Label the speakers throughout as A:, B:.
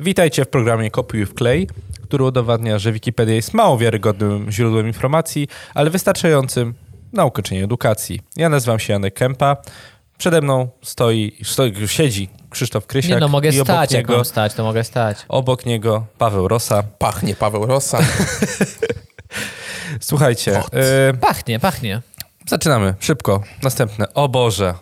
A: Witajcie w programie Kopiuj w klej, który udowadnia, że Wikipedia jest mało wiarygodnym źródłem informacji, ale wystarczającym na ukończenie edukacji. Ja nazywam się Janek Kępa. Przede mną stoi, stoi siedzi Krzysztof Krysiak.
B: Nie no, mogę
A: i obok
B: stać, jak
A: niego,
B: mam stać, to mogę stać.
A: obok niego Paweł Rosa.
C: Pachnie Paweł Rosa.
A: Słuchajcie, y,
B: Pachnie, pachnie.
A: zaczynamy szybko. Następne. O Boże,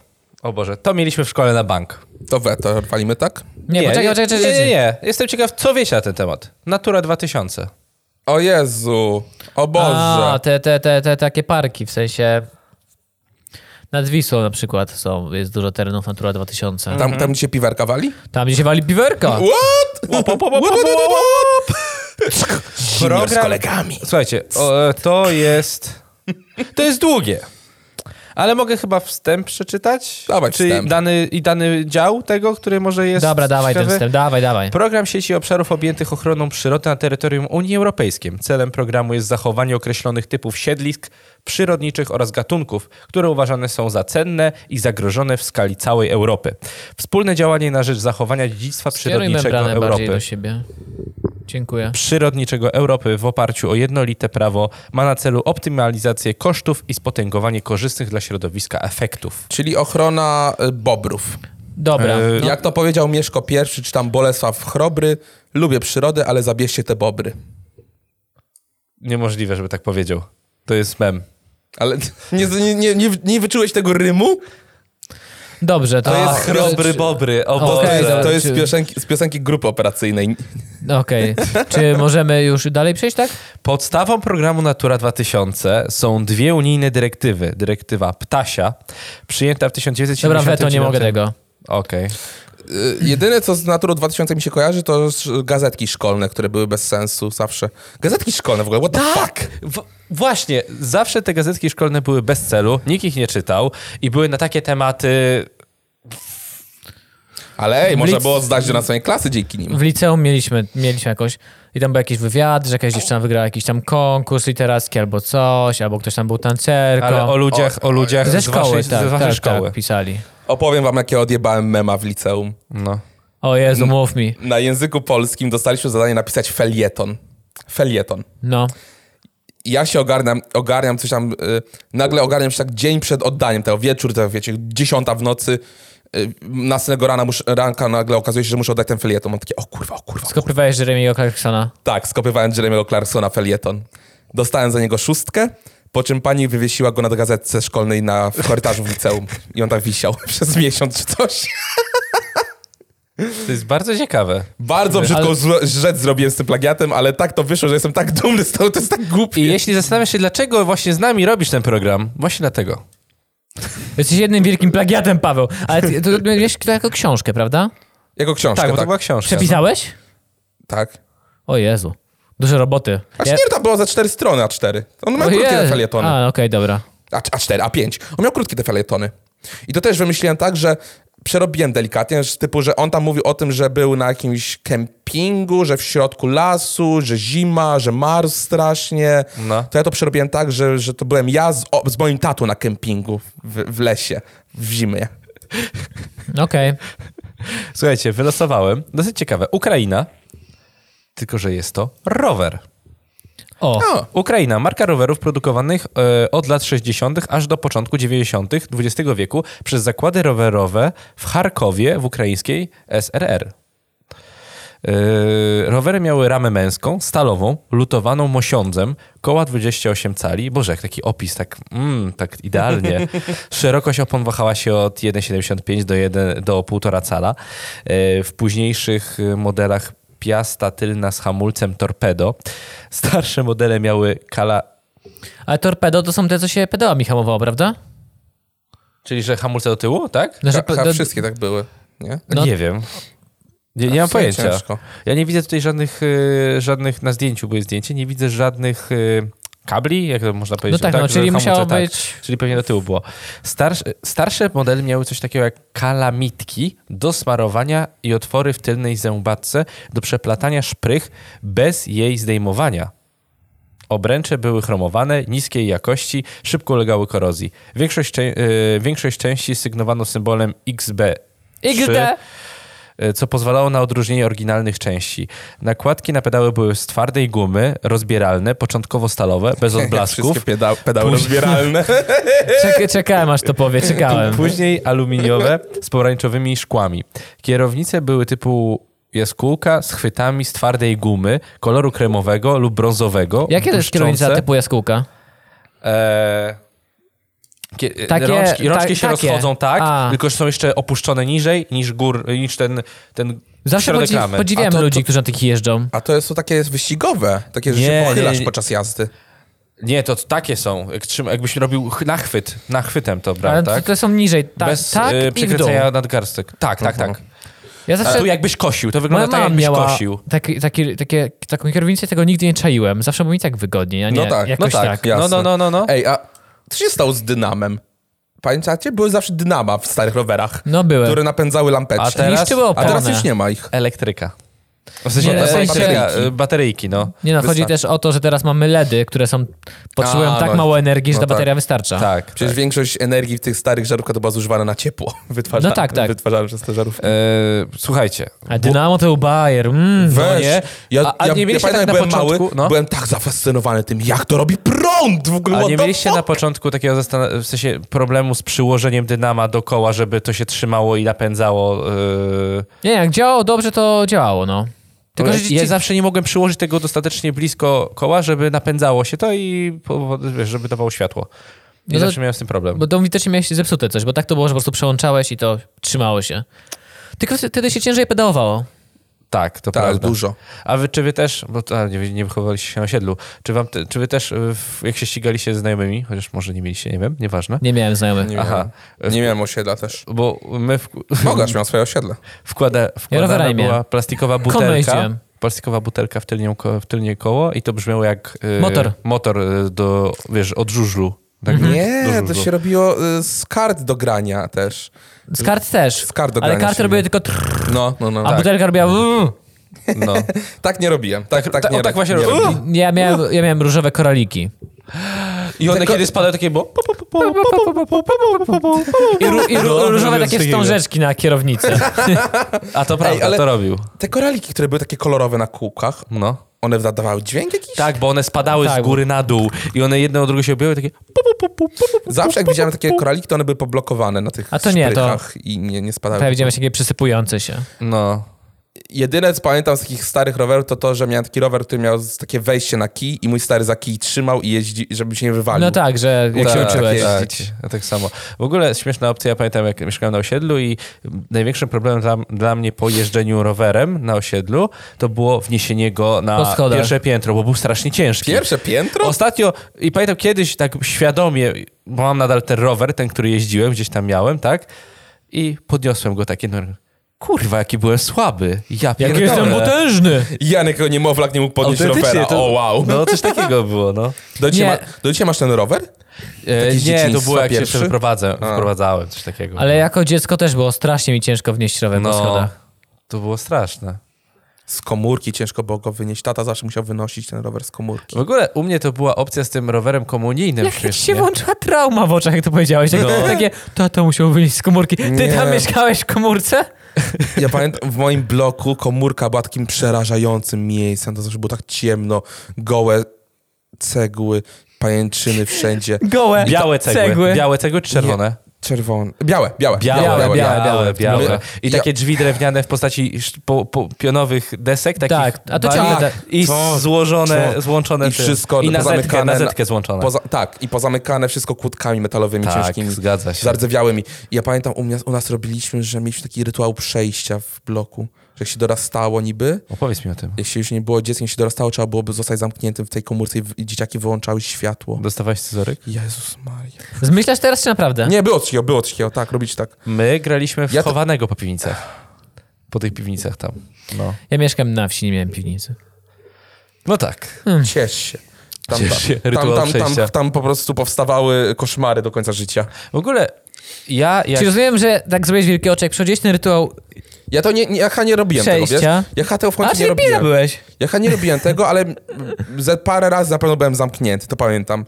A: o Boże, to mieliśmy w szkole na bank.
C: To weto, walimy tak?
B: Nie, poczekaj,
A: nie,
B: poczekaj,
A: nie,
B: poczekaj.
A: nie, nie. Jestem ciekaw, co wiecie na ten temat. Natura 2000.
C: O Jezu, o
B: A,
C: Boże.
B: te, te, te, te takie parki, w sensie... Nad Wisłą na przykład są, jest dużo terenów Natura 2000.
A: mhm.
C: Tam, tam gdzie piwerka wali?
B: Tam, gdzie się wali piwerka.
C: What?
A: Tak. Łop, łop, łop, łop, łop,
C: Program... z
A: Program-
C: kolegami.
A: Słuchajcie, o, e, to jest. To jest długie. Ale mogę chyba wstęp przeczytać?
C: Dawaj
A: Czyli
C: wstęp.
A: Dany, I dany dział tego, który może jest.
B: Dobra, dawaj ten
A: ciekawy?
B: wstęp, dawaj, dawaj.
A: Program sieci obszarów objętych ochroną przyrody na terytorium Unii Europejskiej. Celem programu jest zachowanie określonych typów siedlisk przyrodniczych oraz gatunków, które uważane są za cenne i zagrożone w skali całej Europy. Wspólne działanie na rzecz zachowania dziedzictwa
B: Skieruj
A: przyrodniczego
B: membranę bardziej
A: Europy
B: do siebie. Dziękuję.
A: przyrodniczego Europy w oparciu o jednolite prawo ma na celu optymalizację kosztów i spotęgowanie korzystnych dla środowiska efektów.
C: Czyli ochrona y, bobrów.
B: Dobra.
A: E,
B: No,
C: Jak to powiedział Mieszko I, czy tam Bolesław Chrobry, lubię przyrodę, ale zabierzcie te bobry.
A: Niemożliwe, żeby tak powiedział. To jest mem.
C: Ale nie, nie, nie, nie, nie wyczułeś tego rymu?
B: Dobrze, to...
A: To
B: A,
A: jest chrobry bobry, o
B: Okej,
A: Boże.
B: dobra.
C: to jest
B: czy-
C: z piosenki, z piosenki grupy operacyjnej.
B: Okej. Czy możemy już dalej przejść, tak?
A: Podstawą programu Natura 2000 są dwie unijne dyrektywy. Dyrektywa Ptasia, przyjęta w 1979...
B: Dobra, weto, nie mogę tego.
A: Okej.
C: Y, Jedyne, co z Naturą 2000 mi się kojarzy, to sz- gazetki szkolne, które były bez sensu zawsze. Gazetki szkolne w ogóle, what
A: Tak?
C: the fuck?
A: W- właśnie, zawsze te gazetki szkolne były bez celu, nikt ich nie czytał i były na takie tematy
C: Ale ej, można
B: Blitz-
C: było zdać do następnej klasy dzięki nim.
B: w liceum mieliśmy, mieliśmy jakoś i tam był jakiś wywiad, że jakaś dziewczyna wygrała jakiś tam konkurs literacki albo coś, albo ktoś tam był tancerką.
A: Ale o ludziach, o, ludziach
B: Ze
A: z
B: szkoły,
A: waszej,
B: tak,
A: z waszej
B: tak,
A: szkoły.
B: tak, pisali.
C: Opowiem wam, jak ja odjebałem mema w liceum.
A: No.
B: O Jezu, mów mi.
C: Na języku polskim dostaliśmy zadanie napisać felieton. Felieton.
B: No.
C: Ja się ogarniam, ogarniam coś tam, y, nagle ogarniam się tak dzień przed oddaniem tego, wieczór, to wiecie, dziesiąta w nocy, y, następnego rana, mus, ranka nagle okazuje się, że muszę oddać ten felieton. Mam takie, o kurwa, o kurwa.
B: Skoprywałeś Jeremiego Clarksona.
C: Tak, skopywałem Jeremy'ego Clarksona felieton. Dostałem za niego szóstkę, po czym pani wywiesiła go na gazetce szkolnej na, w korytarzu w liceum. I on tam wisiał przez miesiąc czy coś.
A: To jest bardzo ciekawe.
C: Bardzo brzydką zło- rzecz zrobiłem z tym plagiatem, ale tak to wyszło, że jestem tak dumny z tego, to jest tak
A: I
C: głupie.
A: jeśli zastanawiasz się, dlaczego właśnie z nami robisz ten program, właśnie dlatego.
B: Jesteś jednym wielkim plagiatem, Paweł. Ale ty, to, to miałeś to jako książkę, prawda?
C: Jego książkę,
A: Tak,
C: tak.
A: bo to
C: Tak.
A: była książka.
B: Przepisałeś?
C: tak.
B: O Jezu. Dużo roboty.
C: A śmierta była za cztery strony, a cztery. On miał
B: O
C: krótkie te
B: Jezu.
C: felietony.
B: A, okej, dobra.
C: A, a cztery, a pięć. On miał krótkie te felietony. I to też wymyśliłem tak, że przerobiłem delikatnie, że typu, że on tam mówił o tym, że był na jakimś kempingu, że w środku lasu, że zima, że Mars strasznie.
A: No.
C: To ja to przerobiłem tak, że, że to byłem ja z, o, z moim tatą na kempingu w, w lesie, w zimie.
B: Okej.
A: Słuchajcie, wylosowałem. Dosyć ciekawe. Ukraina, tylko że jest to rower.
B: O.
C: O,
A: Ukraina, marka rowerów produkowanych e, od lat 60. aż do początku 90. XX wieku przez zakłady rowerowe w Charkowie w ukraińskiej SRR. E, rowery miały ramę męską, stalową, lutowaną mosiądzem, koła 28 cali. Boże, jak taki opis, tak, mm, tak idealnie. Szerokość opon wahała się od 1,75 do, 1, do 1,5 cala. E, W późniejszych e, modelach piasta tylna z hamulcem torpedo. Starsze modele miały kala,
B: Ale torpedo to są te, co się pedałami hamowało, prawda?
A: czyli że hamulce do tyłu, tak?
B: Znaczy,
C: a,
B: do-
C: wszystkie tak były, nie?
B: No-
A: nie wiem. Nie, nie mam
C: W sumie
A: pojęcia.
C: ciężko.
A: Ja nie widzę tutaj żadnych, e, żadnych na zdjęciu były zdjęcie, nie widzę żadnych e, kabli, jak to można
B: no
A: powiedzieć.
B: tak, no,
A: że
B: czyli
A: hamulce,
B: musiało
A: tak.
B: być...
A: Czyli pewnie do tyłu było. Starsze, starsze modele miały coś takiego jak kalamitki do smarowania i otwory w tylnej zębatce do przeplatania szprych bez jej zdejmowania. Obręcze były chromowane, niskiej jakości, szybko ulegały korozji. e, Większość, czę- y, większość części sygnowano symbolem XB.
B: XD!
A: Trzy. e, co pozwalało na odróżnienie oryginalnych części. Nakładki na pedały były z twardej gumy, rozbieralne, początkowo stalowe, bez odblasków.
C: Wszystkie peda- pedały
A: Później-
C: rozbieralne.
B: Czek- czekałem, aż to powie, czekałem.
A: Później aluminiowe z pomarańczowymi szkłami. Kierownice były typu jaskółka z chwytami z twardej gumy, koloru kremowego lub brązowego.
B: Jakie to jest
A: błyszczące.
B: kierownica typu jaskółka?
A: E, kie,
B: Takie-
A: takie, rączki rączki
B: tak-
A: się
B: takie.
A: rozchodzą tak,
B: A.
A: tylko że są jeszcze opuszczone niżej niż, gór, niż ten, ten
B: Zawsze
A: środek
B: podzi-
A: ramy.
B: podziwiamy
C: A to- to-
B: ludzi, którzy na takich jeżdżą.
C: A to jest, są takie wyścigowe, takie, że
A: Nie,
C: się
A: nie,
C: pochylasz
A: nie.
C: podczas jazdy.
A: Nie, to takie są. Jak trzyma, jakbyś robił ch- nachwyt, nachwytem to brał,
B: Ale
A: tak?
B: to, to są niżej, tak,
A: Bez
B: tak
A: y,
B: i w dół.
A: przekręcenia nadgarstek. Tak, tak, tak.
B: Ja
A: A
B: zawsze...
A: tu jakbyś kosił, to
B: Moja
A: wygląda tak,
B: mama
A: jakbyś
B: miała
A: kosił.
B: taki, taki, takie, taką kierownicę, tego nigdy nie czaiłem. Zawsze było mi tak wygodniej, a nie
C: No tak, no
B: jakoś
A: tak.
B: tak.
A: Ja- No, no, no, no, no.
C: Ej, a co się stało z dynamem? Pamiętacie? Były zawsze dynama w starych rowerach,
B: No byłem.
C: które napędzały lampeczki.
A: A teraz-
B: Niszczyły
C: a
B: opony.
C: teraz już nie ma ich.
A: Elektryka. W
B: Nie,
A: sensie
B: to są
A: bateria,
C: bateryjki.
A: y, bateryjki, no.
B: Nie no, chodzi
C: Wystarczy.
B: też o to, że teraz mamy LEDy, które są potrzebują
C: A,
B: tak
C: no.
B: mało energii, że
C: No
B: ta
C: tak.
B: bateria wystarcza.
A: Tak.
C: Przecież
A: tak.
C: większość energii w tych starych żarówkach to była zużywana na ciepło. Wytwarza,
B: No tak, tak.
C: Wytwarzane przez te żarówki.
A: E, słuchajcie.
B: A Dynamo to był Bayer. Mm.
A: no
C: Weź,
A: nie.
C: ja,
A: A- a
C: ja,
A: nie
C: ja
A: mieliście
C: pamiętam,
A: tak
C: jak
A: na
C: byłem
A: początku,
C: mały,
A: no?
C: byłem tak zafascynowany tym, jak to robi prąd w ogóle.
A: A
C: what
A: nie
C: the
A: mieliście
C: fuck?
A: na początku takiego zastan- w sensie problemu z przyłożeniem dynama do koła, żeby to się trzymało i napędzało. y,
B: Nie, jak działało dobrze, to działało, no. Tylko,
A: Tylko,
B: że
A: ja
B: ci...
A: zawsze nie mogłem przyłożyć tego dostatecznie blisko koła, żeby napędzało się to i po- wiesz, żeby dawało światło. I
B: No to-
A: zawsze miałem z tym problem.
B: Bo to widocznie miałeś zepsute coś, bo tak to było, że po prostu przełączałeś i to trzymało się. Tylko wtedy się ciężej pedałowało.
A: tak, to
C: Tak,
A: prawda.
C: dużo.
A: A wy, czy wy też, bo to, a, nie, nie wychowywaliście się na osiedlu, czy, wam te, czy wy też, y, w, jak się ścigaliście ze znajomymi, chociaż może nie mieliście, nie wiem, nieważne.
B: Nie miałem znajomych.
C: Nie
A: Aha.
C: miałem, nie miałem osiedla też.
A: Bo my w,
C: Mogasz miał swoje osiedle.
A: wkłada, wkładana
B: rowerami
A: była
B: miałem.
A: plastikowa
B: Konno
A: butelka.
B: jeździłem.
A: Plastikowa butelka w tylnie, ko- w tylnie koło i to brzmiało jak y,
B: Motor. Mhm.
A: motor y, do, wiesz, od żużlu. Tak, do
C: Nie,
A: żużlu.
C: to się robiło y, z kart do grania też.
B: Z kart też.
C: Z kart do
B: Ale
C: grania
B: karty
C: się
B: robiły
C: robi.
B: tylko trrr,
C: No, no, no.
B: a
C: Tak,
B: butelka robiła wuuu.
A: No.
C: tak nie robiłem. Tak, tak,
A: tak,
C: nie,
A: o, tak właśnie
C: nie
A: robiłem.
C: robiłem.
B: Ja miałem, ja miałem różowe koraliki.
A: I one
C: Tylko-
A: kiedy spadają takie, bo...
B: I, ró- i ró-
A: No,
B: różowe
A: robiłem
B: takie
A: z takiego.
B: wstążeczki na kierownicę.
C: Tak.
A: A to prawda,
C: ale-
A: to robił.
C: Te koraliki, które były takie kolorowe na kółkach,
A: No.
C: one nadawały dźwięk jakiś?
A: Tak, bo one spadały
B: Tak,
A: z
B: bo-
A: góry na dół i one jedne od drugiej się objęły takie...
C: Zawsze jak widziałem takie koraliki, to one były poblokowane na tych
B: A to nie, to-
C: szprychach i nie, nie spadały.
B: Tak, widziałem takie przysypujące się.
A: No.
C: Jedyne, co pamiętam z takich starych rowerów, to to, że miałem taki rower, który miał z- takie wejście na kij i mój stary za kij trzymał i jeździ, żeby się nie wywalił.
B: No tak, że jak się
C: Tak,
B: uczyłeś.
C: takie-
A: Tak, ja tak samo. W ogóle śmieszna opcja, ja pamiętam jak mieszkałem na osiedlu i największym problemem dla, dla mnie po jeżdżeniu rowerem na osiedlu to było wniesienie go
B: Po
A: na
B: schodach.
A: pierwsze piętro, bo był strasznie ciężki.
C: Pierwsze piętro?
A: Ostatnio, i pamiętam kiedyś tak świadomie, bo mam nadal ten rower, ten, który jeździłem, gdzieś tam miałem, tak? I podniosłem go takie, no, kurwa, jaki byłem słaby. Ja
B: Jak
C: no
A: pierdolę.
B: jestem potężny!
C: Janek jako niemowlak nie mógł podnieść
A: Autentycznie,
C: rowera.
A: to-
C: O wow.
A: No, coś takiego było, no.
C: Do dzisiaj,
B: Nie.
C: ma, do dzisiaj masz ten rower?
A: E,
C: Taki z
A: nie, to
C: dzieciństwa
A: było jak się
C: pierwszy?
A: jeszcze wyprowadzę,
C: A.
A: wyprowadzałem, coś takiego.
B: Ale jako dziecko też było strasznie mi ciężko wnieść rower po
A: no,
B: schodach.
A: to było straszne.
C: Z komórki ciężko było go wynieść. Tata zawsze musiał wynosić ten rower z komórki.
A: W ogóle u mnie to była opcja z tym rowerem komunijnym.
B: Jak
A: śmiesznie.
B: się włączyła trauma w oczach, jak to powiedziałeś. Tak, Takie, tato musiał wyjść z komórki. Ty
C: Nie.
B: tam mieszkałeś w komórce?
C: Ja pamiętam, w moim bloku komórka była takim przerażającym miejscem. To zawsze było tak ciemno, gołe cegły, pajęczyny wszędzie.
B: Gołe
A: Białe cegły, białe cegły czy czerwone?
C: Czerwone. Białe, białe.
A: Białe, białe, białe, białe.
C: białe.
A: I
C: Ja-
A: takie drzwi drewniane w postaci sz- po, po, pionowych desek, takich
B: Tak, a to
A: bali-
B: ciągle
C: tak.
A: i
C: To-
A: złożone,
C: to-
A: złączone
C: i
A: tym.
C: wszystko
A: I na
C: pozamykane
A: zetkę, na
C: na-
A: zetkę złączone.
C: Poza, tak, i pozamykane wszystko kłódkami metalowymi
A: Tak,
C: ciężkimi.
A: zgadza się.
C: Zardzewiałymi. I ja pamiętam, u, mnie, u nas robiliśmy, że mieliśmy taki rytuał przejścia w bloku. Że jak się dorastało niby,
A: Opowiedz mi o tym.
C: jak się już nie było dzieckiem, jak się dorastało, trzeba byłoby zostać zamkniętym w tej komórce i, w, i dzieciaki wyłączały światło.
A: Dostawałeś scyzoryk?
C: Jezus Maria.
B: Zmyślasz teraz czy naprawdę?
C: Nie, było takiego, było takiego, tak, robić tak.
A: My graliśmy w
C: Ja to-
A: chowanego po piwnicach. Po tych piwnicach tam. No,
B: Ja mieszkam na wsi, nie miałem piwnicy.
A: no tak.
C: Ciesz się. Tam,
A: Ciesz się, rytuał
C: tam, tam,
A: przejścia.
C: tam, tam po prostu powstawały koszmary do końca życia.
A: W ogóle ja... Jak...
B: Czy rozumiem, że tak zrobiłeś wielkie oczy, jak przechodziłeś ten rytuał
C: Ja to nie, nie, ja chyba nie robiłem tego,
B: Przejścia.
C: wiesz? Ja chyba tego w
B: A,
C: końcu nie
B: czyli pila
C: robiłem.
B: byłeś.
C: Ja chyba nie robiłem tego, ale m- ze parę razy na pewno byłem zamknięty, to pamiętam.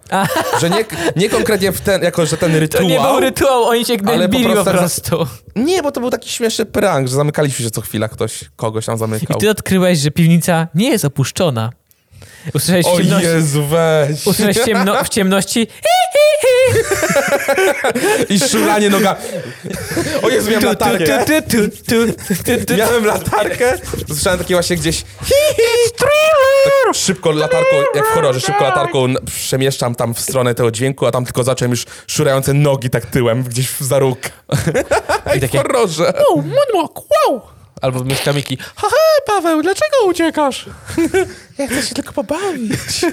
C: Że nie, nie konkretnie w ten, jako że ten rytuał.
B: To nie był rytuał, oni cię
C: Ale po
B: gnębili po
C: prostu tak za-
B: prostu.
C: Nie, bo to był taki śmieszny prank, że zamykaliśmy się co chwila, ktoś kogoś tam
B: I
C: zamykał.
B: ty odkryłeś, że piwnica nie jest opuszczona. Usłyszałeś w
C: O
B: ciemności,
C: Jezu, weź!
B: usłyszałeś ciemno, w ciemności
C: I szulanie noga. O Jezu, miałem latarkę.
B: Tu, tu, tu, tu, tu, tu.
C: Miałem latarkę. Słyszałem takie właśnie gdzieś tak szybko latarką, jak w horrorze, szybko latarką n- przemieszczam tam w stronę tego dźwięku, a tam tylko zacząłem już szurające nogi tak tyłem, gdzieś w za róg. I w
A: takie-
C: horrorze.
A: Wow, moonwalk, wow! Albo myśl kamiki, haha, Paweł, dlaczego uciekasz?
C: Ja chcę się tylko pobawić.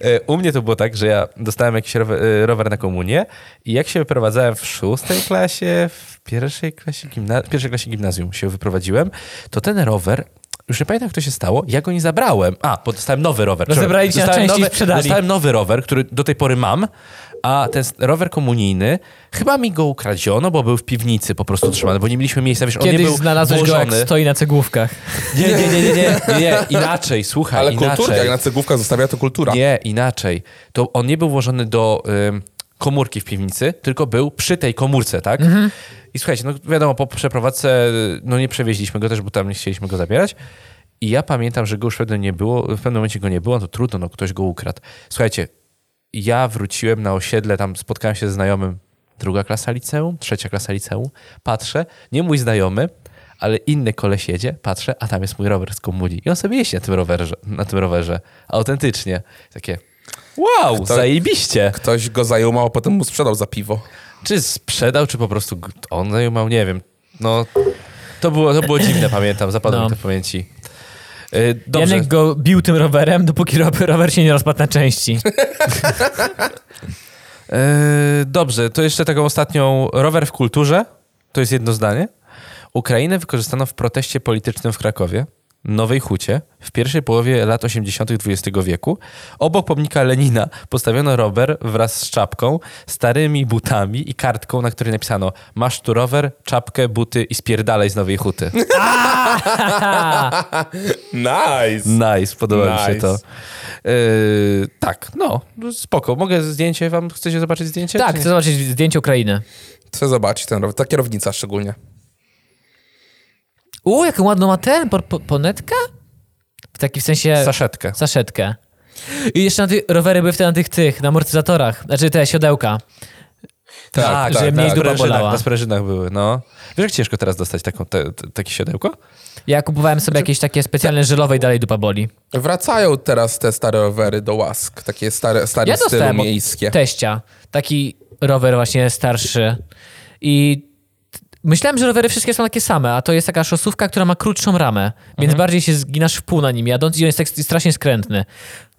A: E, U mnie to było tak, że ja dostałem jakiś rower, e, rower na komunię i jak się wyprowadzałem w szóstej klasie, w pierwszej klasie, gimna- w pierwszej klasie gimnazjum się wyprowadziłem, to ten rower, już nie pamiętam jak to się stało, ja go nie zabrałem. A, bo dostałem nowy rower. Przepraszam.
B: Rozebraliście na
A: dostałem
B: części i
A: nowy,
B: sprzedali.
A: Dostałem nowy rower, który do tej pory mam, a ten s- rower komunijny, chyba mi go ukradziono, bo był w piwnicy po prostu trzymany, bo nie mieliśmy miejsca, wiesz, on nie
B: Kiedyś
A: był
B: znalazłeś go,
A: włożony.
B: jak stoi na cegłówkach.
A: Nie, nie, nie, nie, nie, nie, nie, inaczej, słuchaj,
C: Ale
A: inaczej.
C: kulturka, jak na cegłówkach zostawia, to kultura.
A: Nie, inaczej. To on nie był włożony do ym, komórki w piwnicy, tylko był przy tej komórce, tak?
B: Mhm.
A: I słuchajcie, no wiadomo, po przeprowadzce y, no nie przewieźliśmy go też, bo tam nie chcieliśmy go zabierać. I ja pamiętam, że go już wtedy nie było, w pewnym momencie go nie było, to trudno, no ktoś go ukradł. Słuchajcie, ja wróciłem na osiedle, tam spotkałem się ze znajomym, druga klasa liceum, trzecia klasa liceum, patrzę, nie mój znajomy, ale inny koleś jedzie, patrzę, a tam jest mój rower z komunii. I on sobie jeździ na tym rowerze, na tym rowerze. autentycznie. Takie, wow,
C: Kto-
A: zajebiście.
C: Ktoś go zajumał, a potem mu sprzedał za piwo.
A: Czy sprzedał, czy po prostu g- on zajumał, nie wiem. No, to było, to było dziwne, pamiętam, zapadło
B: No.
A: mi to w pamięci. Yy, Dobrze.
B: Janek go bił tym rowerem, dopóki ro- rower się nie rozpadł na części.
A: Eee, dobrze, to jeszcze taką ostatnią. Rower w kulturze, to jest jedno zdanie. Ukrainę wykorzystano w proteście politycznym w Krakowie, Nowej Hucie, w pierwszej połowie lat 80. XX wieku. Obok pomnika Lenina postawiono rower wraz z czapką, starymi butami i kartką, na której napisano masz tu rower, czapkę, buty i spierdalaj z Nowej Huty.
C: Nice!
A: Nice, podoba mi się
C: Nice.
A: to. Eee, tak, no, spoko. Mogę zdjęcie wam, chcecie zobaczyć zdjęcie?
B: tak,
A: czy nie?
B: chcę zobaczyć zdjęcie Ukrainy.
C: Chcę zobaczyć ten rower. Ta kierownica szczególnie.
B: U, jaką ładną ma ten, por- po- ponetkę? W taki w sensie...
A: Saszetkę.
B: Saszetkę. I jeszcze na ty- rowery były wtedy na tych, tych, na amortyzatorach. Znaczy te siodełka.
C: Tak,
B: że
C: tak,
B: mniej
C: tak.
B: dupa
A: sprężynach,
B: bolała.
A: Na sprężynach były, no. Wiesz, jak ciężko teraz dostać taką, te, te, takie siodełko?
B: Ja kupowałem sobie jakieś takie specjalne żelowe i dalej dupa boli.
C: Wracają teraz te stare rowery do łask. Takie stare, stare
B: Ja
C: stylu
B: dostałem od
C: miejskie.
B: teścia taki rower właśnie starszy i t- myślałem, że rowery wszystkie są takie same, a to jest taka szosówka, która ma krótszą ramę, więc bardziej się zginasz w pół na nim jadąc i on jest tak strasznie skrętny.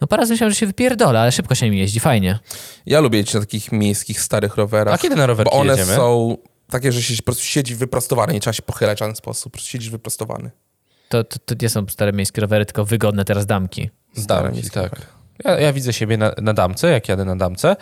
B: No parę razy myślałem, że się wypierdolę, ale szybko się nim jeździ, fajnie.
C: Ja lubię jeździć na takich miejskich, starych rowerach.
A: A kiedy na rowerki
C: Bo one
A: jedziemy?
C: są takie, że się po prostu siedzi wyprostowany, nie trzeba się pochylać w żaden sposób. Po prostu siedzisz wyprostowany.
B: To, to, to nie są stare miejskie rowery, tylko wygodne teraz damki.
C: Stare
A: Zdałem ci,
C: miejskie
A: tak. Ja, ja widzę siebie na, na damce, jak jadę na damce.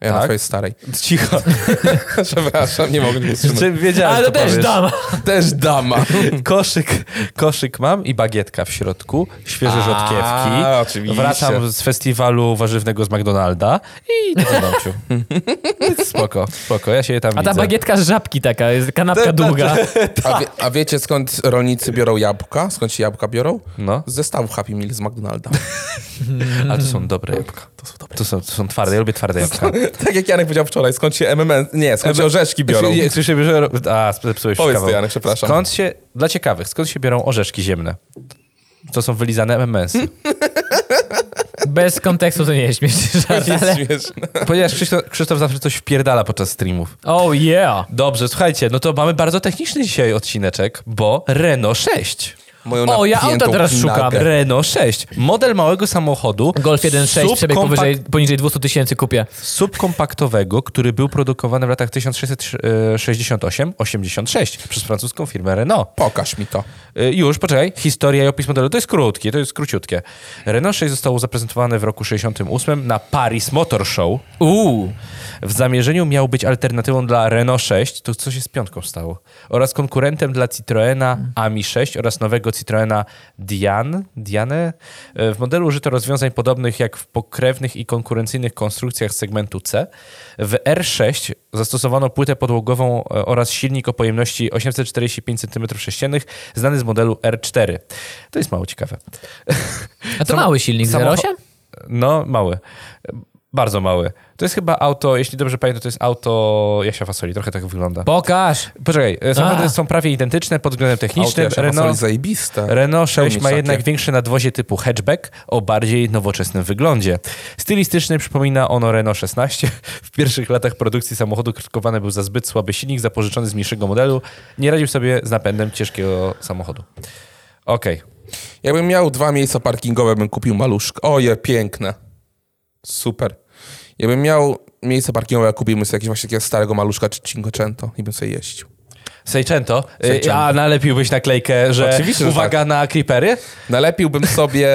C: Ja na
A: Tak?
C: twojej starej.
A: Cicho.
C: Przepraszam, nie mogę tego wstrzymać.
A: Wiedziałem,
B: Ale
A: że
B: to też
A: powiesz.
B: dama!
C: Też dama.
A: Koszyk, koszyk mam i bagietka w środku, świeże
C: A,
A: rzodkiewki.
C: oczywiście.
A: Wracam z festiwalu warzywnego z McDonalda i do domciu. spoko, spoko, ja się tam
B: A ta
A: widzę.
B: bagietka z żabki taka, jest kanapka długa.
C: A, wie, a wiecie skąd rolnicy biorą jabłka? Skąd się jabłka biorą?
A: No,
C: Z zestawu Happy Meal z McDonalda.
A: ale to są dobre jabłka. To są dobre. To są, twarde, ja lubię twarde jabłka.
C: tak jak Janek powiedział wczoraj, skąd się MMN... Nie, skąd się Znaczy, orzeszki biorą.
A: Czy- Znaczy, czy się bierze... A, zepsułeś
C: Powiedz
A: kawał.
C: ty, Janek, przepraszam.
A: Skąd się, dla ciekawych, skąd się biorą orzeszki ziemne? To są wylizane MMS.
C: Hmm.
B: Bez kontekstu to nie jest śmieszny żart, ale...
C: śmieszne.
A: Ponieważ Krzysztof, Krzysztof zawsze coś wpierdala podczas streamów.
B: Oh yeah!
A: Dobrze, słuchajcie, no to mamy bardzo techniczny dzisiaj odcineczek, bo Renault 6.
C: Moją
B: O, ja
C: napiętą
B: auta teraz
C: pinagę.
B: szukam.
A: Renault 6. Model małego samochodu.
B: Golf 1.6, przebieg
A: subkompak-
B: powyżej, poniżej 200 tysięcy kupię.
A: subkompaktowego, który był produkowany w latach 1668-86 przez francuską firmę Renault.
C: Pokaż mi to.
A: Y, Już, poczekaj. Historia i opis modelu. To jest krótkie, to jest króciutkie. Renault 6 zostało zaprezentowane w roku 68 na Paris Motor Show.
B: Uuu.
A: W zamierzeniu miał być alternatywą dla Renault 6, to co się z piątką stało, oraz konkurentem dla Citroena AMI 6 oraz nowego Citroena Dian, Diane. E, W modelu użyto rozwiązań podobnych jak w pokrewnych i konkurencyjnych konstrukcjach segmentu C. W R6 zastosowano płytę podłogową e, oraz silnik o pojemności 845 cm3, znany z modelu R4. To jest mało ciekawe.
B: A to
A: Samo-
B: mały silnik,
A: samochod-
B: 0,8?
A: No, mały. Bardzo mały. To jest chyba auto, jeśli dobrze pamiętam, to jest auto Jasia Fasoli. Trochę tak wygląda.
B: Pokaż.
A: Poczekaj, e, samochody
B: A.
A: są prawie identyczne pod względem technicznym.
C: Auto Renault...
A: Renault,
C: zajebiste.
A: Renault 6 ma
C: Nissakie.
A: jednak większe nadwozie typu hatchback o bardziej nowoczesnym wyglądzie. Stylistycznie przypomina ono Renault 16. W pierwszych latach produkcji samochodu krytykowany był za zbyt słaby silnik zapożyczony z mniejszego modelu. Nie radził sobie z napędem ciężkiego samochodu. Okej.
C: Jakbym miał dwa miejsca parkingowe, bym kupił maluszkę. Oje, piękne. Super. Jakbym miał miejsce parkingowe, kupiłbym sobie jakiegoś właśnie takiego starego maluszka czy cinquecento i bym sobie jeździł.
A: Seicento. Y,
C: Seicento.
A: A nalepiłbyś naklejkę, że
C: Oczywiście, że tak.
A: uwaga na creepery?
C: Nalepiłbym sobie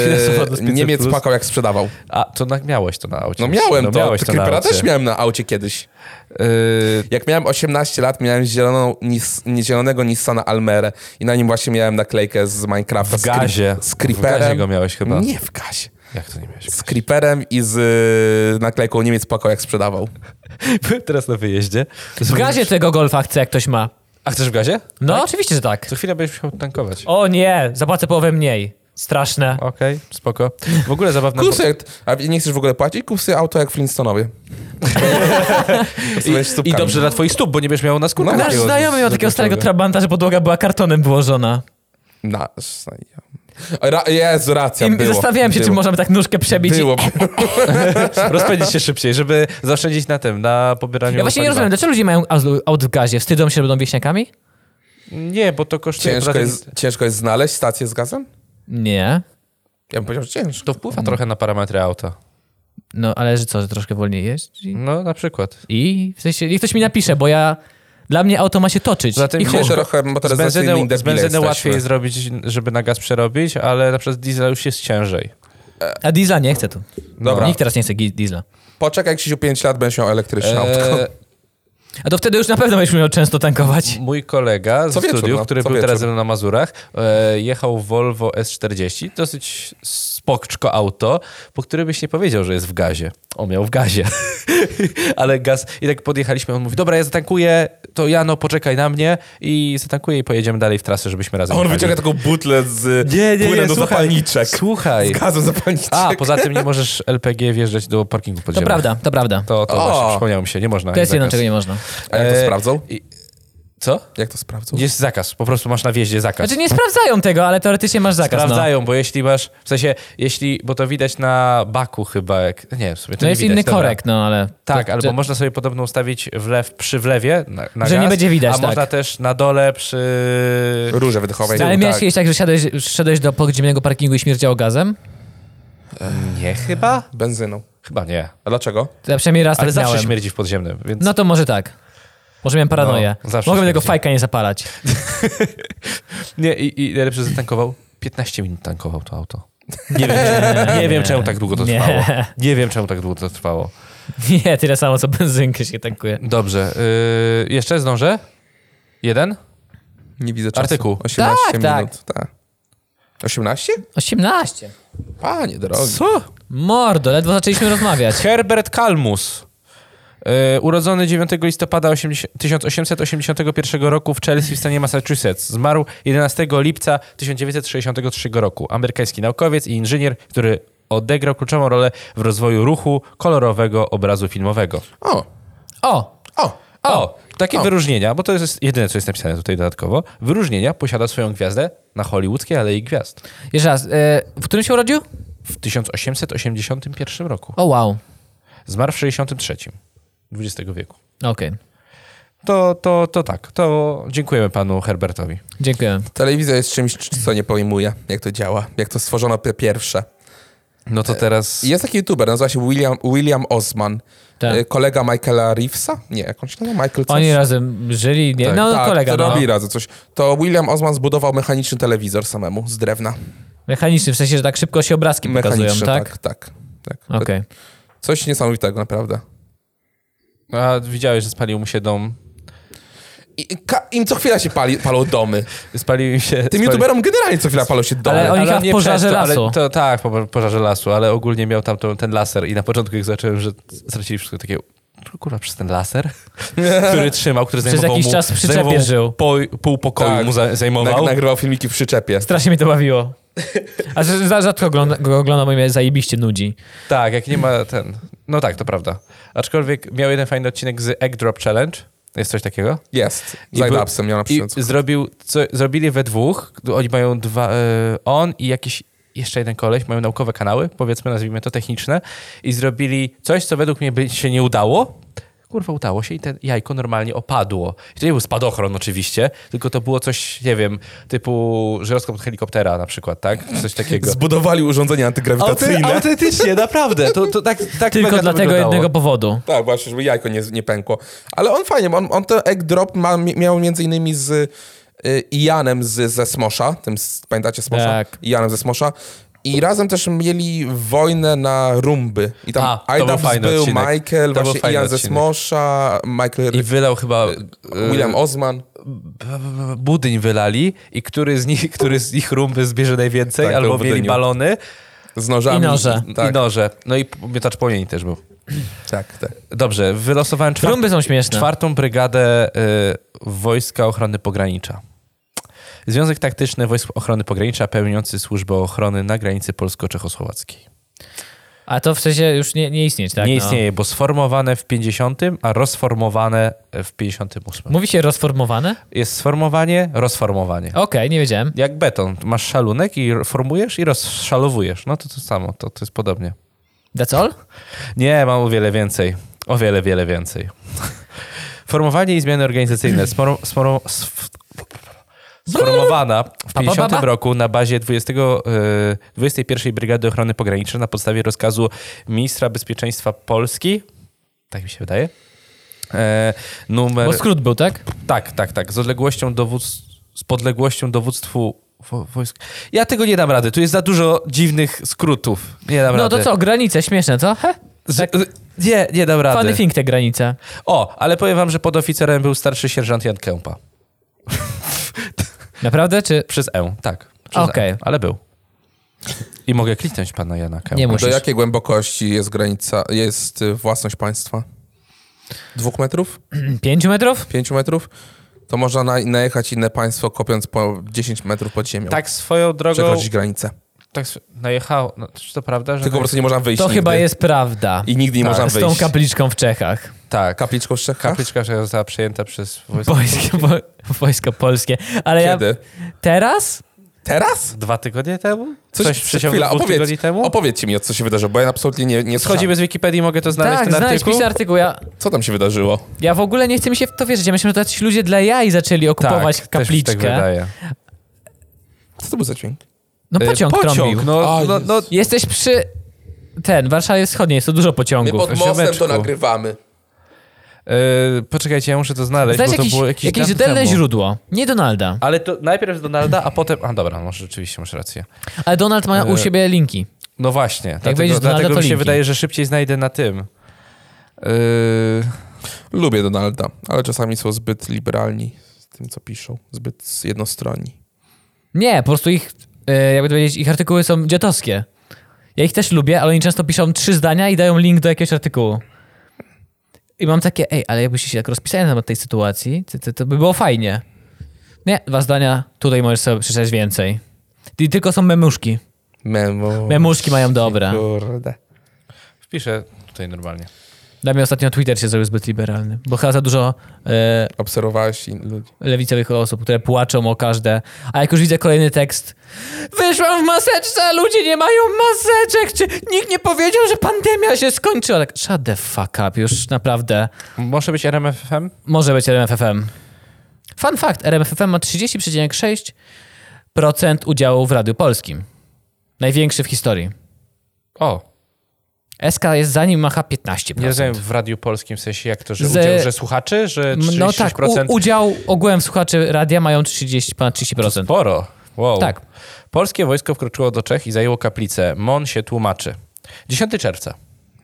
A: Sfinansowano z
C: yy,
A: 500
C: Niemiec
A: plus.
C: płakał jak sprzedawał.
A: A, to na, miałeś to na aucie.
C: No miałem
A: no,
C: to.
A: miałeś to na
C: Creepera
A: aucie.
C: też miałem na aucie kiedyś.
A: Y,
C: Jak miałem 18 lat, miałem zieloną, nis, nie zielonego Nissana Almerę i na nim właśnie miałem naklejkę z Minecrafta.
A: W
C: z creep-
A: gazie.
C: Z
A: W gazie
C: creeperem.
A: go miałeś chyba.
C: Nie w gazie.
A: Jak to nie miałeś?
C: Z creeperem i z y, naklejką Niemiec płakał jak sprzedawał.
A: Byłem teraz na wyjeździe.
B: W gazie tego golfa chce, jak ktoś ma.
A: A chcesz w gazie?
B: No, oczywiście, że tak.
A: Co chwilę będziesz musiał tankować.
B: O nie, zapłacę połowę mniej. Straszne.
A: Okej, spoko. W ogóle zabawna...
C: Kup sobie, No, a nie chcesz w ogóle płacić? Kup sobie auto jak Flintstonowie. Posuniesz
A: I
C: stópkami.
A: dobrze dla twoich stóp, bo nie będziesz miał na skórkach.
C: No,
B: Nasz
A: takiego
B: znajomy miał takiego
A: zakręconego.
B: starego trabanta, że podłoga była kartonem wyłożona.
C: Na, no Ra, Jezu, racja,
B: I
C: Tak było.
B: zastanawiałem się,
C: było.
B: czy możemy tak nóżkę przebić.
C: Było.
A: Rozpędzić się szybciej, żeby zaoszczędzić na tym, na pobieraniu
B: Ja
C: tak
B: właśnie nie
A: paliwa.
B: rozumiem, dlaczego ludzie mają aut- aut w gazie? Wstydzą się, że będą wieśniakami?
A: Nie, bo to kosztuje...
C: Ciężko
A: poza tym-
C: jest, ciężko jest znaleźć stację z gazem?
B: Nie.
C: Ja bym powiedział, że ciężko.
A: To wpływa trochę na parametry auta.
B: No, ale że co, że troszkę wolniej jeździ?
A: No, na przykład.
B: I w sensie, niech ktoś mi napisze, bo ja... Dla mnie auto ma się toczyć.
A: Zatem
B: I
A: nie,
B: chuj.
A: że-
C: trochę
A: Z
C: motoryzacyjny
A: benzyną, z benzyną łatwiej
C: jest.
A: zrobić, żeby na gaz przerobić, ale na przykład diesla już jest ciężej.
B: A diesla nie chce tu.
C: Dobra.
B: Nikt teraz nie chce gi- diesla.
C: Poczekaj, Krzysiu, 5 lat będziesz miał elektryczne autko.
A: Eee,
B: A to wtedy już na pewno będziesz miał często tankować.
A: mój kolega z
C: Co wieczór,
A: studiów,
C: no,
A: który
C: co
A: był teraz
C: wieczór.
A: ze mną na Mazurach, e, jechał Volvo S40, dosyć spoczko auto, po którym byś nie powiedział, że jest w gazie. On miał w gazie. ale gaz... I tak podjechaliśmy, on mówi, dobra, ja zatankuję, to Jano, poczekaj na mnie i zatankuję i pojedziemy dalej w trasę, żebyśmy razem
C: A on
A: jechali.
C: wyciąga taką butlę z płynem do zapalniczek.
A: Słuchaj.
C: Z gazem zapalniczek.
A: A, poza tym nie możesz LPG wjeżdżać do parkingu
B: To
A: podziemnego.
B: prawda, to prawda.
A: To, to
C: O!
A: właśnie przypomniało mi się, nie można.
B: To jest jedno,
A: zakaz.
B: czego nie można.
C: A jak to
A: Eee,
C: sprawdzą?
A: i- Co?
C: Jak to sprawdzą?
A: Jest zakaz, po prostu masz na wjeździe zakaz.
B: Znaczy nie sprawdzają tego, ale teoretycznie masz zakaz. No,
A: Sprawdzają, bo jeśli masz, w sensie, jeśli, bo to widać na baku chyba, jak, nie, w sumie to
B: no
A: nie
B: jest
A: widać,
B: inny
A: dobra.
B: korek, no ale...
A: Tak,
B: to,
A: albo
B: że-
A: można sobie podobno ustawić wlew przy wlewie na, na
B: Że nie
A: gaz,
B: będzie widać,
A: a
B: tak.
A: można też na dole przy...
C: Róże wydechowej.
B: No, ale
C: Tak.
B: miałeś kiedyś tak, że siadłeś, szedłeś do podziemnego parkingu i śmierdziało gazem?
A: Nie chyba?
C: Benzyną.
A: Chyba nie.
C: A dlaczego?
B: To ja przynajmniej raz
A: Ale
B: tak
A: zawsze
B: miałem.
A: śmierdzi w podziemnym, więc
B: No to może tak. Może miałem paranoję.
A: No, zawsze
B: Mogłem tego
A: śmierdzi.
B: fajka nie zapalać.
A: nie, i, i najlepsze zatankował, 15 minut tankował to auto. Nie wiem, nie, wiem czemu tak długo to
B: Nie.
A: trwało. Nie wiem czemu tak długo to trwało.
B: Nie, tyle samo co benzynkę się tankuje.
A: Dobrze, yy, jeszcze zdążę? Jeden?
C: Nie widzę czasu.
A: Artykuł.
C: 18
B: Tak, tak.
C: minut. Tak. 18?
B: 18.
C: Panie drogi.
A: Co?
B: Mordo, ledwo zaczęliśmy rozmawiać.
A: Herbert Kalmus. e, Urodzony 9 listopada 80, 1881 roku w Chelsea w stanie Massachusetts. Zmarł 11 lipca 1963 roku. Amerykański naukowiec i inżynier, który odegrał kluczową rolę w rozwoju ruchu kolorowego obrazu filmowego.
C: O,
B: O,
C: o.
A: O, takie
C: O.
A: wyróżnienia, bo to jest jedyne, co jest napisane tutaj dodatkowo. Wyróżnienia posiada swoją gwiazdę na hollywoodzkiej Alei Gwiazd
B: jeszcze raz. E, w którym się urodził?
A: w 1881 roku.
B: O, wow.
A: Zmarł w 63 XX wieku.
B: Okej.
A: To, to, to tak, to dziękujemy panu Herbertowi.
B: Dziękuję.
C: Telewizja jest czymś, co nie pojmuję, jak to działa, jak to stworzono p- pierwsze.
A: No to teraz...
C: E, I Jest taki youtuber, nazywa się William, William Osman.
B: Tak.
C: E, Kolega Michaela Reevesa? Nie, jak on się nazywa? Michael coś?
B: Oni razem żyli, nie?
A: Tak,
B: no,
C: tak,
B: kolega,
C: to
B: no.
C: robi razem coś. To William Osman zbudował mechaniczny telewizor samemu, z drewna.
B: Mechaniczny, w sensie, że tak szybko się obrazki pokazują,
C: Mechaniczny,
B: tak?
C: tak, tak. tak.
B: Okej.
C: Coś niesamowitego, naprawdę.
A: A widziałeś, że spalił mu się dom.
C: I, ka- Im co chwila się pali, palą domy.
A: Spalił im się...
C: Tym
A: spalił...
C: youtuberom generalnie co chwila palą się domy.
B: Ale oni chyba
A: on
B: w
A: nie
B: pożarze
A: przez to, ale
B: lasu.
A: To, tak, po po pożarze lasu, ale ogólnie miał tam tą- ten laser i na początku jak zacząłem, że stracili wszystko takie "No kurwa, przez ten laser, który trzymał, który
B: Przez
A: zajmował
B: jakiś
A: mu,
B: czas w przyczepie
A: zajmował mu
B: żył.
A: Po, pół pokoju
C: Tak.
A: mu za, zajmował.
C: Nag- nagrywał filmiki w przyczepie.
B: Strasznie mnie to bawiło. A że- za- rzadko ogląda, go oglądam, bo mnie zajebiście nudzi.
A: Tak, jak nie ma ten... No tak, to prawda. Aczkolwiek miał jeden fajny odcinek z Egg Drop Challenge. Jest coś takiego?
C: Jest.
A: I był-
C: Z Upsem miał na
A: I
C: przykład.
A: zrobił, co, zrobili we dwóch, oni mają dwa, e, on i jakiś jeszcze jeden koleś, mają naukowe kanały, powiedzmy, nazwijmy to techniczne, i zrobili coś, co według mnie by się nie udało. Kurwa, udało się i ten jajko normalnie opadło. I to nie był spadochron oczywiście, tylko to było coś, nie wiem, typu żyroskop od helikoptera na przykład, tak? Czy Coś takiego.
C: Zbudowali urządzenie antygrawitacyjne.
A: Auty- autentycznie, naprawdę. To, to tak, tak mega
B: Tylko
A: to
B: dla tego
A: wyglądało.
B: jednego powodu.
C: Tak, właśnie, żeby jajko nie, nie pękło. Ale on fajnie, on, on ten egg drop ma, miał między innymi z y, Ianem z, ze Smosza, tym, z, pamiętacie Smosza?
B: Tak.
C: Ianem ze Smosza. I razem też mieli wojnę na rumby. I tam
A: A, to był
C: Aidabs
A: fajny
C: był,
A: odcinek.
C: Michael,
A: To był
C: właśnie
A: fajny
C: Ian ze
A: odcinek.
C: Smosza, Michael,
A: I wylał chyba... e,
C: William Osman.
A: b- b- budyń wylali i który z nich, który z ich rumby zbierze najwięcej,
C: Tak,
A: albo
C: był w
A: mieli
C: budyniu.
A: balony
C: Z nożami.
B: I noże.
A: i
C: Tak,
A: noże. No i miotacz płomieni też był.
C: tak, tak.
A: Dobrze, wylosowałem czwart...
B: Rumby są śmieszne.
A: czwartą brygadę y, Wojska Ochrony Pogranicza. Związek Taktyczny Wojsk Ochrony Pogranicza pełniący służbę ochrony na granicy polsko-czechosłowackiej.
B: A to w sensie już nie, nie istnieć, tak?
A: Nie
B: No.
A: istnieje, bo sformowane w 50, a rozformowane w 58.
B: Mówi się rozformowane?
A: Jest sformowanie, rozformowanie.
B: Okej, nie wiedziałem.
A: Jak beton. Masz szalunek i formujesz i rozszalowujesz. No to to samo, to, to jest podobnie.
B: That's all?
A: Nie, mam o wiele więcej. O wiele, wiele więcej. Formowanie i zmiany organizacyjne. Smoro, smoro, sf, sformowana w
B: ba, ba,
A: 50
B: ba.
A: roku na bazie 20, y, 21 Brygady Ochrony Pogranicznej na podstawie rozkazu ministra bezpieczeństwa Polski. Tak mi się wydaje. E, numer...
B: Bo skrót był, tak?
A: Tak, tak, tak. Z odległością dowódz... z podległością dowództwu wo- wojsk. Ja tego nie dam rady. Tu jest za dużo dziwnych skrótów. Nie dam
B: No
A: rady.
B: to co, granice, śmieszne, co? He?
A: Z...
B: Tak,
A: Nie, nie dam rady.
B: funny thing te granice.
A: O, ale powiem wam, że pod oficerem był starszy sierżant Jan Kępa.
B: Naprawdę, czy...
A: Przez E, tak. Przez
B: Okej.
A: E, ale był. I mogę kliknąć pana Jana Kępa.
B: Nie musisz.
C: Do jakiej głębokości jest granica, jest y, własność państwa? Dwóch metrów?
B: Pięciu metrów?
C: Pięciu metrów? To można na, najechać inne państwo, kopiąc po 10 metrów pod ziemią.
A: Tak swoją drogą...
C: przekroczyć granicę.
A: Tak sw- najechał... No, czy to prawda, że...
C: Tylko po prostu nie można wyjść
B: To
C: nigdy.
B: chyba jest prawda.
C: I nigdy nie
A: Tak,
C: można
B: Z tą
C: wyjść.
B: kapliczką w Czechach.
A: Tak.
C: Kapliczką z Czech?
A: Kapliczka że została przejęta przez wojsko.
B: Wojsko, wo- wojsko polskie. Ale ja...
C: Kiedy?
B: Teraz?
C: Teraz?
A: Dwa tygodnie temu?
C: Coś,
A: Coś
C: Coś
A: przeciągu
C: chwila,
A: dwóch tygodni
C: opowiedz,
A: temu?
C: opowiedzcie mi, o co się wydarzyło, bo ja absolutnie nie, nie
A: Schodzimy z Wikipedii, mogę to znaleźć,
B: tak,
A: ten
B: znaleźć
A: artykuł?
B: pisy artykuł. Ja,
C: słyszałem. Co tam się wydarzyło?
B: ja w ogóle nie chcę mi się w to wierzyć. Ja myślałem, że to ci ludzie dla jaj zaczęli okupować
A: tak, też mi się
B: kapliczkę.
A: Tak wydaje.
C: Co to był za dźwięk?
B: no
A: Y,
B: pociąg, trąbił.
A: Pociąg, no,
C: A,
A: no, no,
B: Jesteś przy... Ten, Warszawie Wschodniej, jest tu dużo pociągów.
A: ziomeczku.
C: nagrywamy.
A: y, poczekajcie, ja muszę to znaleźć,
B: Znajdź
A: bo to
B: jakieś,
A: było jakiś
B: jakieś
A: dawno
B: rzetelne
A: temu.
B: źródło. Nie Donalda.
A: Ale to najpierw z Donalda, a potem... A dobra, może rzeczywiście masz rację.
B: Ale Donald ma u
A: E,
B: siebie linki.
A: No właśnie, dlatego,
B: wejdziesz do
A: dlatego mi
B: Donalda, to
A: się
B: linki.
A: wydaje, że szybciej znajdę na tym. Yy,
C: Lubię Donalda, ale czasami są zbyt liberalni z tym, co piszą. Zbyt jednostronni.
B: Nie, po prostu ich, e, jakby to powiedzieć, ich artykuły są dziadowskie. Ja ich też lubię, ale oni często piszą trzy zdania i dają link do jakiegoś artykułu. I mam takie, ej, ale jakbyście się tak rozpisali na temat tej sytuacji, to, to, to by było fajnie. Nie, dwa zdania, tutaj możesz sobie przeczytać więcej. I tylko są memuszki.
C: Memo.
B: Memuszki mają dobre.
C: Kurde.
A: wpiszę tutaj normalnie.
B: Dla mnie ostatnio Twitter się zrobił zbyt liberalny, bo chyba za dużo e,
C: Obserwowałeś in- ludzi.
B: lewicowych osób, które płaczą o każde. A jak już widzę kolejny tekst, wyszłam w maseczce, a ludzie nie mają maseczek, czy nikt nie powiedział, że pandemia się skończyła. Tak, shut the fuck up, już naprawdę.
A: Może być RMFFM?
B: Może być RMFFM. Fun fact, RMFFM ma 30,6% udziału w Radiu Polskim. Największy w historii.
A: O,
B: SK jest za nim, macha 15%.
A: nie rozumiem w Radiu Polskim w sensie jak to, że
B: Z-
A: udział, że słuchaczy, że 36%?
B: No tak, u, udział ogółem słuchaczy radia mają 30, ponad 30%.
A: Sporo. Wow.
B: Tak.
A: Polskie wojsko wkroczyło do Czech i zajęło kaplicę. Mon się tłumaczy. 10 czerwca.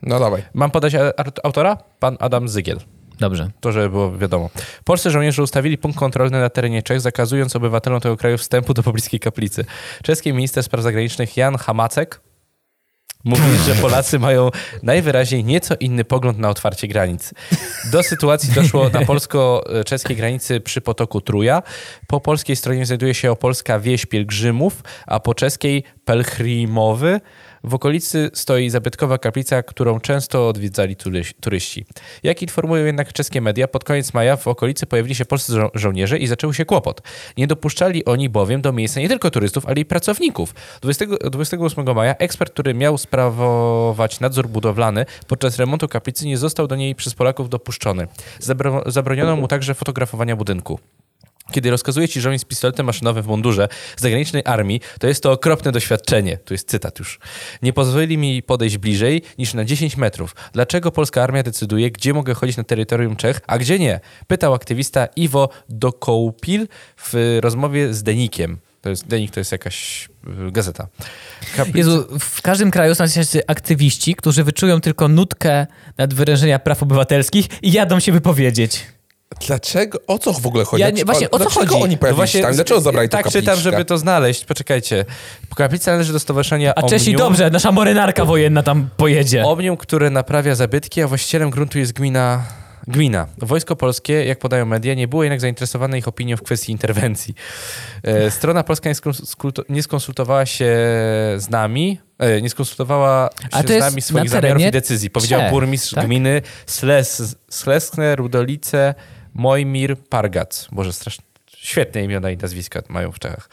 C: No dawaj.
A: Mam podać a- ar- autora? Pan Adam Zygiel.
B: Dobrze.
A: To, żeby było wiadomo. Polscy żołnierze ustawili punkt kontrolny na terenie Czech, zakazując obywatelom tego kraju wstępu do pobliskiej kaplicy. Czeski minister spraw zagranicznych Jan Hamacek mówi, że Polacy mają najwyraźniej nieco inny pogląd na otwarcie granic. Do sytuacji doszło na polsko-czeskiej granicy przy potoku Truja. Po polskiej stronie znajduje się opolska wieś pielgrzymów, a po czeskiej Pelchrimowy. W okolicy stoi zabytkowa kaplica, którą często odwiedzali turyś- turyści. Jak informują jednak czeskie media, pod koniec maja w okolicy pojawili się polscy żo- żołnierze i zaczął się kłopot. Nie dopuszczali oni bowiem do miejsca nie tylko turystów, ale i pracowników. 20, 28 maja ekspert, który miał sprawować nadzór budowlany podczas remontu kaplicy, nie został do niej przez Polaków dopuszczony. Zabro, zabroniono mu także fotografowania budynku. Kiedy rozkazuje ci żołnierz z pistoletem maszynowym w mundurze z zagranicznej armii, to jest to okropne doświadczenie. Tu jest cytat już. Nie pozwolili mi podejść bliżej niż na 10 metrów. Dlaczego polska armia decyduje, gdzie mogę chodzić na terytorium Czech, a gdzie nie? Pytał aktywista Iwo Dokołpil w y, rozmowie z Denikiem. To jest, Denik to jest jakaś y, gazeta. No Kaplica-
B: Jezu, w każdym kraju są się aktywiści, którzy wyczują tylko nutkę nadwyrężenia praw obywatelskich i jadą się wypowiedzieć.
C: Dlaczego? O co w ogóle chodzi?
B: Ja nie- właśnie, o co
C: dlaczego
B: chodzi?
C: oni
A: No
C: pojawili się tam? Dlaczego zabrali
A: Tak
C: tą
A: czytam,
C: kapliczkę?
A: żeby to znaleźć. Poczekajcie. Kaplica należy do stowarzyszenia
B: A Czesi
A: Omnium.
B: dobrze, nasza marynarka wojenna tam pojedzie.
A: Omnium, które naprawia zabytki, a właścicielem gruntu jest gmina. Gmina. Wojsko polskie, jak podają media, nie było jednak zainteresowane ich opinią w kwestii interwencji. E, strona polska nie, skons- skulto- nie skonsultowała się z nami, e, nie skonsultowała
B: A
A: się
B: to
A: z
B: jest
A: nami swoich
B: na terenie
A: zamiarów i decyzji. Powiedział
B: Czech,
A: burmistrz
B: tak?
A: gminy Sles- Sleskne, Rudolice, Mojmir Pargac. Boże, strasznie. Świetne imiona i nazwiska mają w Czechach.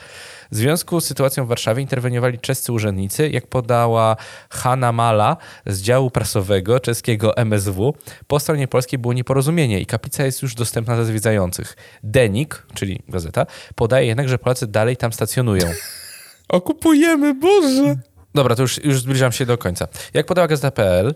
A: W związku z sytuacją w Warszawie interweniowali czescy urzędnicy, jak podała Hanna Mala z działu prasowego czeskiego MSW. Po stronie polskiej było nieporozumienie i kaplica jest już dostępna dla zwiedzających. Denik, czyli gazeta, podaje jednak, że Polacy dalej tam stacjonują.
C: Okupujemy, Boże!
A: Dobra, to już, już zbliżam się do końca. Jak podała Gazeta.pl,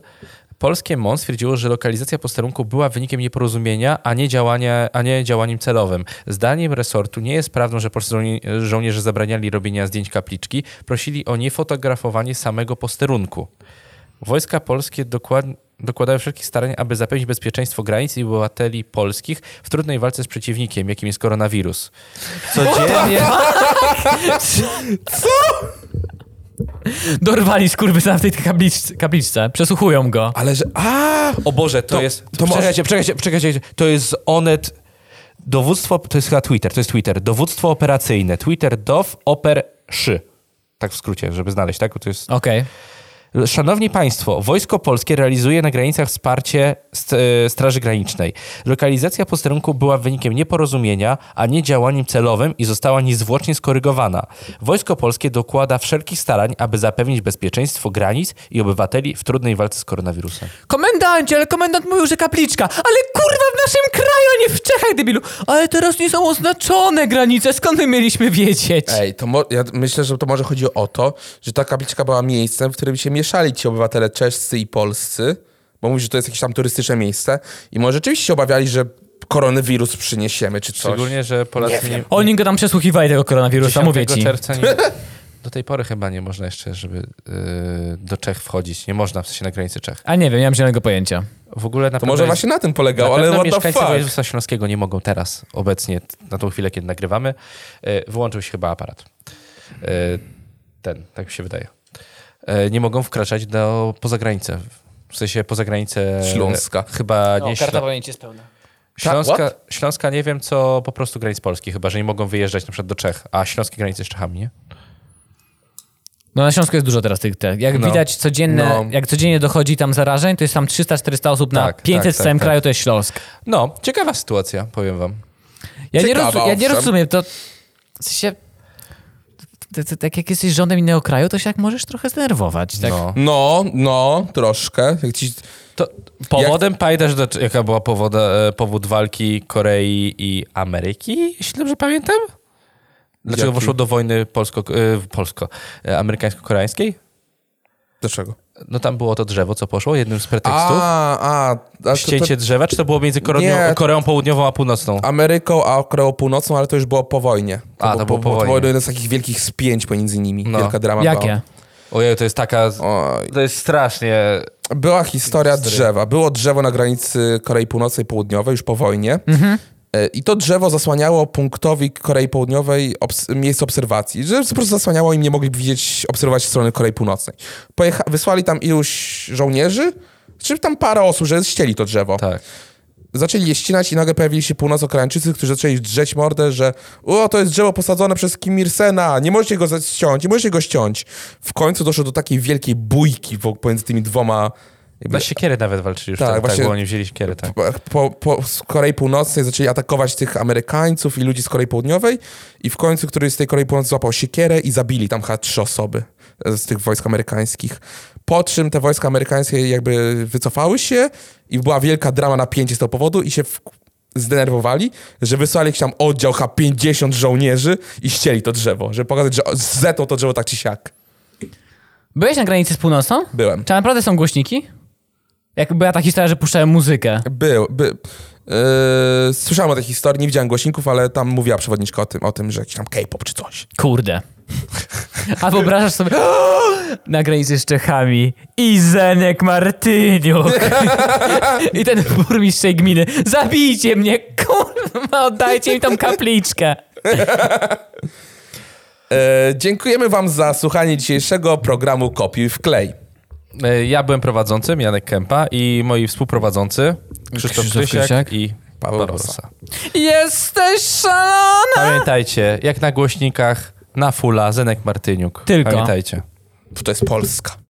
A: polskie MON stwierdziło, że lokalizacja posterunku była wynikiem nieporozumienia, a nie, działania, a nie działaniem celowym. Zdaniem resortu nie jest prawdą, że polscy żołni żołnierze zabraniali robienia zdjęć kapliczki, prosili o niefotografowanie samego posterunku. Wojska polskie dokład, dokładają wszelkich starań, aby zapewnić bezpieczeństwo granic i obywateli polskich w trudnej walce z przeciwnikiem, jakim jest koronawirus. Codziennie...
B: Dorwali skurwysyna w tej kabliczce, kabliczce. Przesłuchują go.
C: Ale że... A!
A: O Boże, to,
C: To-
A: jest.
C: to może-
A: czekajcie, czekajcie, czekajcie. To jest z Onet. Dowództwo, to jest chyba Twitter, to jest Twitter. Dowództwo operacyjne. Twitter dow oper szy. Tak w skrócie, żeby znaleźć, tak? Bo To jest...
B: Okej.
A: Szanowni Państwo, Wojsko Polskie realizuje na granicach wsparcie st- e, Straży Granicznej. Lokalizacja posterunku była wynikiem nieporozumienia, a nie działaniem celowym i została niezwłocznie skorygowana. Wojsko Polskie dokłada wszelkich starań, aby zapewnić bezpieczeństwo granic i obywateli w trudnej walce z koronawirusem.
B: Komendancie, ale komendant mówił, że kapliczka. Ale kurwa w naszym kraju, a nie w Czechach, debilu. Ale teraz nie są oznaczone granice, skąd my mieliśmy wiedzieć?
C: Ej, to mo- ja myślę, że to może chodziło o to, że ta kapliczka była miejscem, w którym się mieszali ci obywatele czescy i polscy, bo mówi, że to jest jakieś tam turystyczne miejsce i może rzeczywiście się obawiali, że koronawirus przyniesiemy czy coś.
A: Szczególnie, że Polacy nie,
B: Oni go tam przesłuchiwali, tego koronawirusa,
A: 10
B: mówię ci.
A: czerwca nie, do tej pory chyba nie można jeszcze, żeby y, do Czech wchodzić. Nie można w sensie na granicy Czech.
B: A nie wiem, nie mam zielonego pojęcia.
A: W ogóle na
C: To może
A: jest,
C: właśnie na tym
A: na
C: polegał,
A: pewno
C: ale what the
A: mieszkańcy
C: fuck?
A: województwa śląskiego nie mogą teraz, obecnie, t- na tą chwilę, kiedy nagrywamy. Y, wyłączył się chyba aparat. Y, ten, tak mi się wydaje. Y, nie mogą wkraczać do, poza granicę. W sensie poza granicę...
C: Śląska.
A: Chyba nie Ślą-
B: No, pamięci jest pełna.
A: Śląska,
C: what?
A: Śląska nie wiem, co po prostu granic Polski, chyba że nie mogą wyjeżdżać na przykład do Czech, a śląskie granice z Czechami, nie?
B: No na Śląsku jest dużo teraz tych, tych. jak
A: No.
B: widać codzienne,
C: No.
B: jak codziennie dochodzi tam zarażeń, to jest tam 300-400 osób na
A: Tak,
B: 500
A: tak,
B: w
A: tak,
B: całym
A: tak.
B: kraju, to jest Śląsk.
A: No, ciekawa sytuacja, powiem wam.
B: Ja, nie,
C: Ciekawa,
B: rozum, ja nie
C: owszem.
B: rozumiem, to w sensie, to, to, tak jak jesteś żonem innego kraju, to się jak możesz trochę zdenerwować, tak?
A: No.
C: No, no, troszkę. Jak ci...
A: To powodem, pamiętasz, do, jaka była powoda, e, powód walki Korei i Ameryki, jeśli dobrze pamiętam? Dlaczego
C: Jaki?
A: poszło do wojny polsko, e, polsko e, amerykańsko-koreańskiej?
C: Dlaczego?
A: No tam było to drzewo, co poszło, jednym z pretekstów.
C: A, a, a to, to
A: Ścięcie drzewa, czy to było między Koreą,
C: Nie.
A: Koreą Południową a Północną?
C: Ameryką, a Koreą Północną, ale to już było po wojnie.
A: A, to było po
C: To
A: wojnie.
C: było jedno z takich wielkich spięć pomiędzy nimi.
A: No.
C: Wielka drama
B: Jakie?
A: Ojej, to jest taka...
C: była. Oj.
A: To jest strasznie...
C: Była historia drzewa. Było drzewo na granicy Korei Północnej i Południowej już po wojnie. E, I to drzewo zasłaniało punktowi Korei Południowej obs- miejsc obserwacji. Że po prostu zasłaniało im, nie mogli widzieć, obserwować strony Korei Północnej. Pojecha- wysłali tam iluś żołnierzy, czy tam parę osób, że ścieli to drzewo.
A: Tak.
C: Zaczęli je ścinać i nagle pojawili się północokoreańczycy, którzy zaczęli drzeć mordę, że o, to jest drzewo posadzone przez Kim Irsena, nie możecie go za- ściąć, nie możecie go ściąć. W końcu doszło do takiej wielkiej bójki wo- pomiędzy tymi dwoma jakby,
A: Na siekiery nawet walczyli już.
C: Tak,
A: Tak, tak,
C: właśnie-
A: bo oni wzięli siekiery, tak.
C: po, po, z Korei Północnej zaczęli atakować tych Amerykańców i ludzi z Korei Południowej i w końcu któryś z tej Korei Północnej złapał siekierę i zabili tam chyba trzy osoby z tych wojsk amerykańskich. Po czym te wojska amerykańskie jakby wycofały się i była wielka drama, napięcie z tego powodu i się w... zdenerwowali, że wysłali jakiś tam oddział chyba 50 żołnierzy i ścieli to drzewo, żeby pokazać, że zetą to drzewo tak czy siak.
B: Byłeś na granicy z północą?
C: Byłem.
B: Czy naprawdę są głośniki? Jak była ta historia, że puszczałem muzykę.
C: Był, by, yy, słyszałem o tej historii, nie widziałem głośników, ale tam mówiła przewodniczka o tym, o tym że jakiś tam K-pop czy coś.
B: Kurde. A wyobrażasz sobie na granicy z Czechami Izenek Martyniuk i ten burmistrz tej gminy zabijcie mnie, kurwa, oddajcie mi tą kapliczkę.
C: Yy, dziękujemy wam za słuchanie dzisiejszego programu Kopiuj w klej.
A: E, Ja byłem prowadzącym, Janek Kępa i moi współprowadzący Krzysztof,
B: Krzysztof
A: Krysiak,
B: Krysiak
A: i
C: Paweł
A: Paweł
C: Rosa.
A: Rosa.
B: Jesteś szalona!
A: Pamiętajcie, jak na głośnikach, na fula, Zenek Martyniuk.
B: Tylko.
A: Pamiętajcie.
C: To jest Polska.